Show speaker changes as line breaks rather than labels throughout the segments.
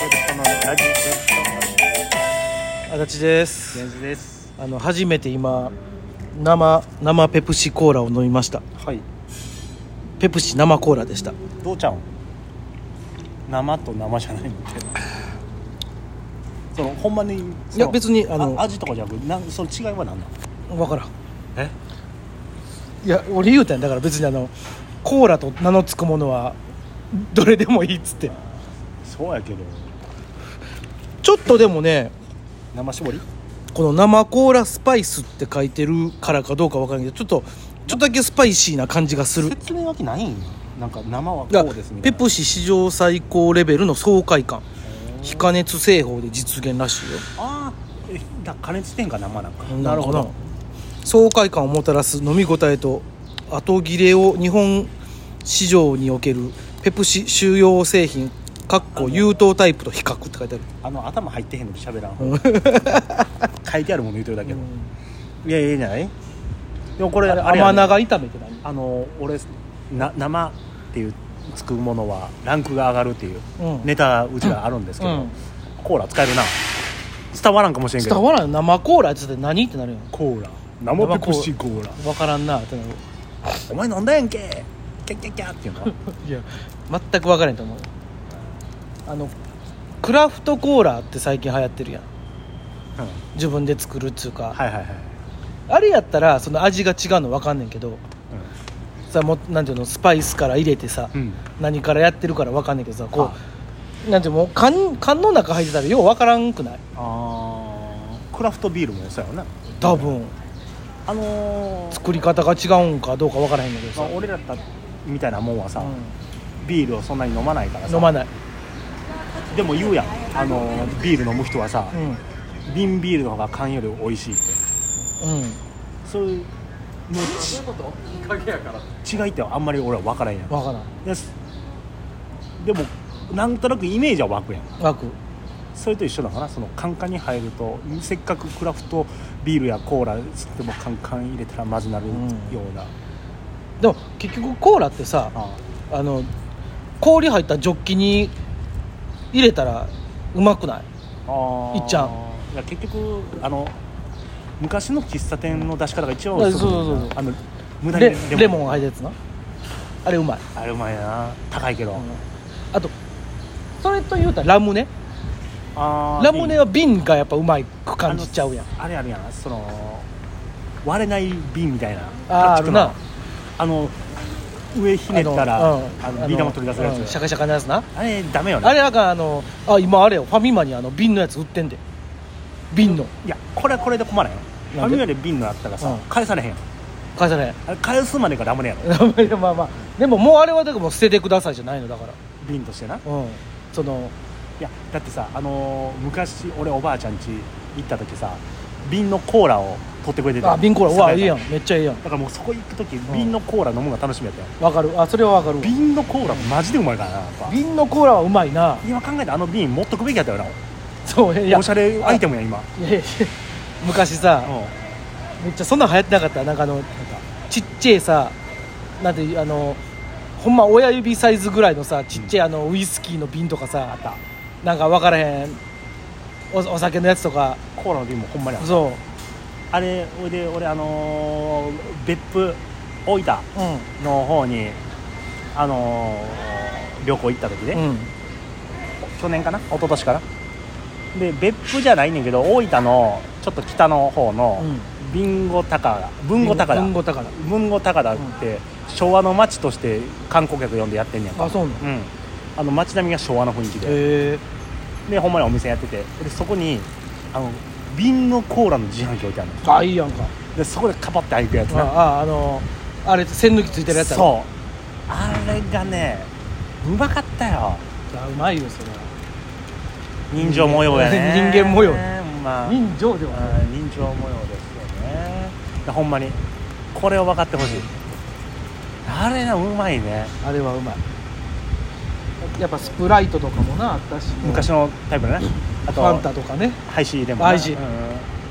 ラジオ通
足立
信
です
源氏です
あの初めて今生生ペプシコーラを飲みました
はい
ペプシ生コーラでした
どうちゃん生と生じゃないのってそのほんまにその
いや別にあの
味とかじゃなくなんその違いは何なの
分からん
え
いや俺言うたんやだから別にあのコーラと名の付くものはどれでもいいっつって
そうやけど
ちょっとでもね
生絞り
この生コーラスパイスって書いてるからかどうか分からんけどちょっとちょっとだけスパイシーな感じがする
説明わけないんやなんか生はこ
が
うですみたい
ペ
な
プシ史上最高レベルの爽快感非加熱製法で実現らしいよ
ああえだ加熱してんか生なんか
んか爽快感をもたらす飲み応えと後切れを日本市場におけるペプシ収容製品かっこ優等タイプと比較って書いてある
あの頭入ってへんのに喋らん 方書いてあるもの言うてるだけど、いやいやいいんじゃないでもこれあれや
甘
ね
長炒めって何
あの俺な生っていうつくものはランクが上がるっていう
うん
ネタうちらあるんですけど、
うん
コーラ使えるな伝わらんかもしれんけど
伝わらん生コーラっつって何ってなるやん
コーラ生ペプシコーラ
分からんなってなる
お前飲んだやんけキャッキャッキャッっていう の
いや全く分からへんと思うあのクラフトコーラって最近流行ってるやん
うん
自分で作るっつうか、
はいはいはい、
あれやったらその味が違うの分かんねんけどさもうなんていうのスパイスから入れてさ、
うんうん
何からやってるから分かんないけどさこ
あ
うなんていうのもう缶缶の中入ってたらよう分からんくない
あークラフトビールもそうやろな
多分
あのー
作り方が違うんかどうか分からへんねんけど
ま
さ
あ、、俺らたみたいなもんはさ、
う
ビールをそんなに飲まないから
ん、
さ
飲まない、
でも言うやんあのービール飲む人はさ、
う
瓶ビールの方が缶より美味しいって
んうん、
そういうもうち違いってあんまり俺は分からんやん
分からん
ですでもなんとなくイメージは湧くやん
湧く
それと一緒だからそのカンカンに入るとせっかくクラフトビールやコーラつってもカンカン入れたらまずなるよ
ん
うな、
でも結局コーラってさ
ああ
あの氷入ったジョッキに入れたらうまくない
あー
いっちゃん
いや結局あの昔の喫茶店の出し方が一番
うん
美味しい
そうそうそう
あの無駄に
レレモン
ン
入ったやつなあれうまい、
あれうまいな高いけど、
うんあとそれと言うたらラムネ
あー
ラムネ
いい
は瓶がやっぱうまいく感じちゃうやん
あのあれあるやんその割れない瓶みたいな
あー
プラスチックの
あるな
あの上ひねったら
うん
あのビー玉取り出せる
うん
や
シ
つ
ャカシャカのやつな
あれダメよね
あれだからあのあ今あれよファミマにあの瓶のやつ売ってんで瓶の
いやこれはこれで困らんよフ
な
ァ
んで
ミマで瓶のあったらさ、
うん
返されへんやん
会社ね
あれ返すまでがダメやろ
まあまあでももうあれはだからもう捨ててくださいじゃないのだか
瓶としてな
らうんその
いやだってさあのー昔俺おばあちゃん家行った時さ瓶のコーラを取ってくれてた
あ瓶コーラうわいいやん
だ
めっちゃいいやん
からもうそこ行く時
ん
瓶のコーラ飲むのが楽しみやったよ
わかるあそれはわかるわ
瓶のコーラマジでうまいからなやっぱ
瓶のコーラはうまいな
今考えたらあの瓶持っとくべきやったよな
そういや
おしゃれアイテムや今
いやいや昔さめっちゃそんなん流行ってなかったなんかあのちっちゃいさなんていうあのほんま親指サイズぐらいのさちっちゃいあのウイスキーの瓶とかさ、
あった
なんか分からへんおお酒のやつとか
コーラの瓶もほんまにあった
そ
あれほいで俺あのー別府大分
ううん
の方にあのー旅行行った時ね、
うん
去年かな一昨年かなで別府じゃないねんけど大分のちょっと北の方の
うん
ビンゴ高田文語高田
文語高だ
文語高田って昭和の町として観光客呼んでやってんねんか
あそうなの
うんあの町並みが昭和の雰囲気で
へえ
でほんまにお店やっててでそこにあの瓶のコーラの自販機置いてあるの
あいいやんか
でそこでカパって開くやつ
あ
な
ああのあれ栓抜きついてるやつや
そう
ろ
あれがねうまかったよ
いやうまいよそれは
人情模様やね
人間模様
ほんま
人情ではない
人情模様ですよねほんまにこれを分かってほしいあれなうまいね
あれはうまいやっぱスプライトとかもなあったし
昔のタイプのねあ
ファン
と
タとかね
ハイシーレモンな
ハイシ
う
ー
ん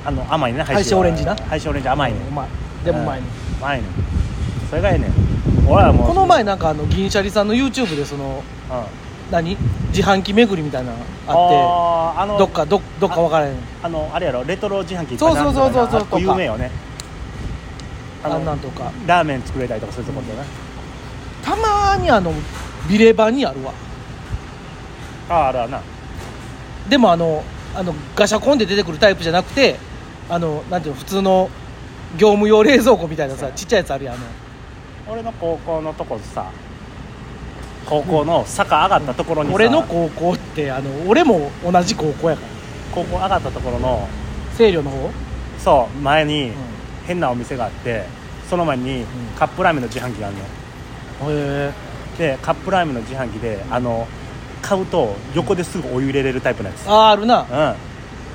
あの甘いね
ハイシーオレンジな
ハイシーオレンジ甘いね
うまいでもうまいね
甘いねそれがええね俺はもう
この前なんかあの銀シャリさんの YouTube でその
う
何自販機巡りみたいなのあっ
あーあ
て
の
どっかどどっか分からへん
あのあれやろレトロ自販機いっぱい並んでた
そうそうそうそう
あっこ有名よねあ
あ
の
んなんとか
ラーメン作れたりとかするところだよね、
たまにあのビレバにあるわ
あああるわな
でもあのあのガシャコンで出てくるタイプじゃなくてあのなんていうの普通の業務用冷蔵庫みたいなさちっちゃいやつあるやんあの
俺の高校のとこさ高校の坂上がったところにさ、
俺の高校ってあの俺も同じ高校やから
高校上がったところの
清涼の方、うん、
そう前に変なお店があってその前にカップラーメンの自販機があるの
へえ
でカップラーメンの自販機であの買うと横ですぐお湯入れれるタイプのやつ
あーあるな
うん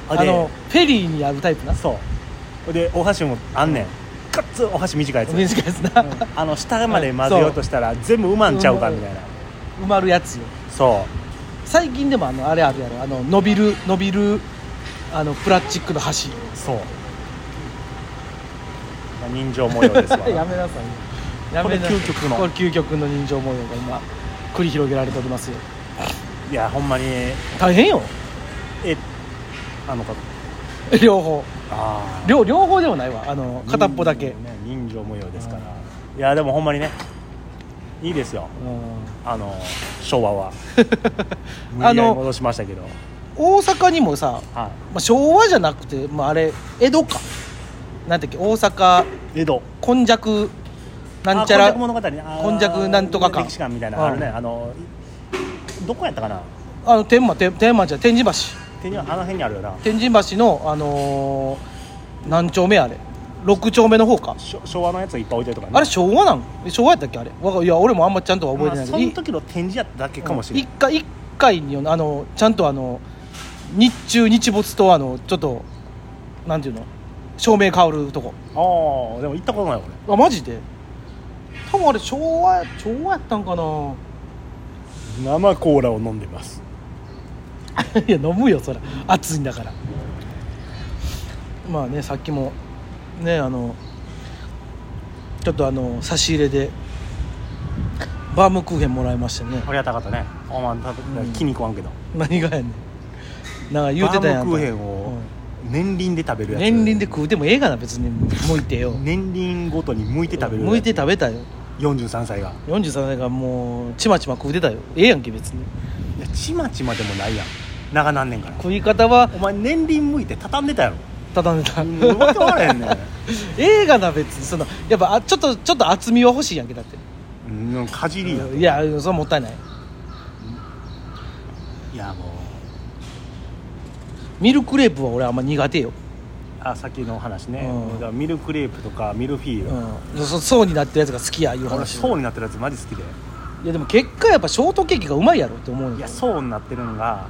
あ
で
のフェリーにあるタイプな
そうでお箸もあんねんかつお箸短いやつ
短いやつな、
あの下まで混ぜようとしたら全部うまんちゃうかみたいな
埋まるやつよ
そ
最近でもあのあれあるやろあの伸びる伸びるあのプラスチックの箸
うそう人情模様ですわ
やめなさいやめな
こ
さい
れ究極の
これ究極の人情模様が今繰り広げられておりますよ
いやほんまにえ
大変よ
あのか
両方
あ
両両方ではないわあの
あ
片っぽだけ、
人情模様ですからいやでもほんまにねいいですよ
う
あの昭和 は
ん、
無
あ
理やり
の
戻しましたけど
大阪にもさ、
は
まあ、昭和じゃなくて、まあ、あれ江戸かなんだっけ大阪
い江戸
こんじゃくなんちゃ
あ
ら
こんにゃく物語ねあー
こんにゃくなんとか館
歴史館みたいなのあるね、
うん
あのどこやったかな
あの天満天天満じゃない天神橋
手にはあの辺にあるよな
天神橋の、あのー何丁目あれ6丁目の方か
しょ昭和のやついっぱい置いてるとかね
あれ昭和なんえ昭和やったっけあれわかいや俺もあんまちゃんとは覚えてないけ
ま
ど
あそ
い
の時の展示やっただけかもしれ
一
ない、
回一回によあのちゃんとあの日中日没とあのちょっとなんていうの照明変わるとこ
ああでも行ったことない俺
あマジで多分あれ昭和昭和やったんかな
生コーラを飲んでます
いや飲むよそら暑いんだからまあねさっきもねあのちょっとあの差し入れでバームクーヘンもらいましたね
ありがたかったねお前た気に食わんけど、
何がやねんなんか言うてたやん
バームクーヘンを年輪で食べるやつ
年輪で食うでもええがな別に向いてよ
年輪ごとに剥いて食べる
向いて食べたよ
43歳が
43歳がもうちまちま食うてたよええやんけ別に
いやちまちまでもないやん長なんねんから
食い方は
お前年輪剥いて畳んでた やろ
畳んでた
うんわけわからへんねん
映画な別にそのやっぱあちょっとちょっと厚みは欲しいやんけだって
うん、かじりや
いやそれはもったいない
いやもう
ミルクレープは俺あんま苦手よ、
あさっきのお話ね、
う
だ
ん
からミルクレープとかミルフィーユ、
うん、そそうになってるやつが好きやいう
俺
話
層になってるやつマジ好きで
いやでも結果やっぱショートケーキがうまいやろって思うよ
いや層になってるのが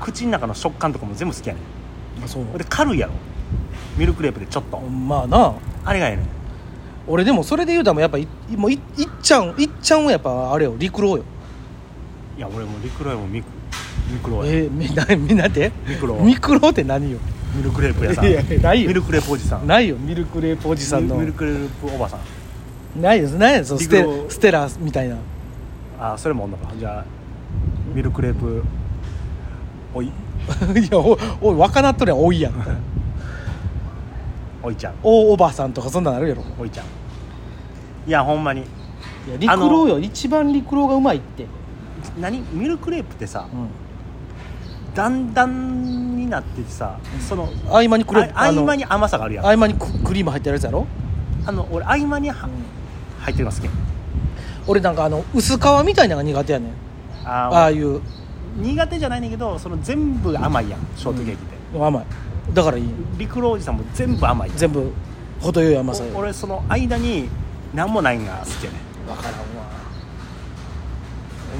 口の中の食感とかも全部好きやね
そうん
で軽いやろミルクレープでちょっと、
まあな
あれがええねん
俺でもそれで言うたらもうやっぱいもういいっちゃんいっちゃんはやっぱあれよ陸郎よ
いや俺もリクロイもミクミクロや
えー、みんな みんなで
ミクロ
ミクロって何よ
ミルクレープ屋さん
いやないよ
ミルクレープおじさん
ないよミルクレープおじさんの
ミルクレープおばさん
ないですないですステ
陸郎
ステラみたいな
あ それも女かじゃあミルクレープおい
いやおおい若なっとりゃ多いやん
おいちゃん
おおばさんとかそんなんあるやろ
おいちゃんいやほんまに
いや陸郎よ一番陸郎がうまいって、
何ミルクレープってさ
うん、
だんだんになっててさその
合間にクレープ
あ
あ
合
の
間に甘さがあるやん
合間にククリーム入ってるやつやろ、
あの俺合間には入ってるの好き
俺なんかあの薄皮みたいなのが苦手やねんああ
あー
いう
苦手じゃないねんけどその全部甘いやんショートケーキって
甘いだからいいよ
陸老おじさんも全部甘いやん
全部程よい甘さよ
お俺その間に何もないんが好きやね
分からんわ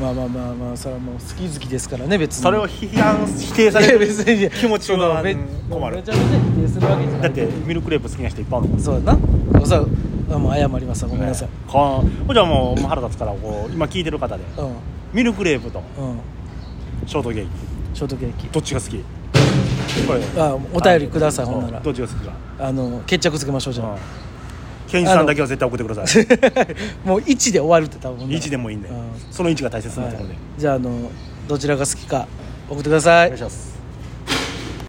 まあまあまあまあそれはもう好き好きですからね別に
それを批判否定さ
い
れ
や
る
別に
気持ち
その
は
め
困る
めちゃめちゃ否定するわけじゃない
だってミルクレープ好きな人いっぱいおるもん
そうだなそうあもう謝りますごめんなさい、
こんほんじゃもう腹立つからこう今聞いてる方でミルクレープと
うんうん
ショートケーキ
ショートケーキ
どっちが好きこれ
あお便りくださいほんなら
どっちが好きか
あの決着つけましょうじゃあ、
うんケンジさんだけは絶対送ってください
もう1で終わるって多分
位置でもいいんで
うん
その位置が大切なところで、
じゃああのどちらが好きか送ってくださ
お願いします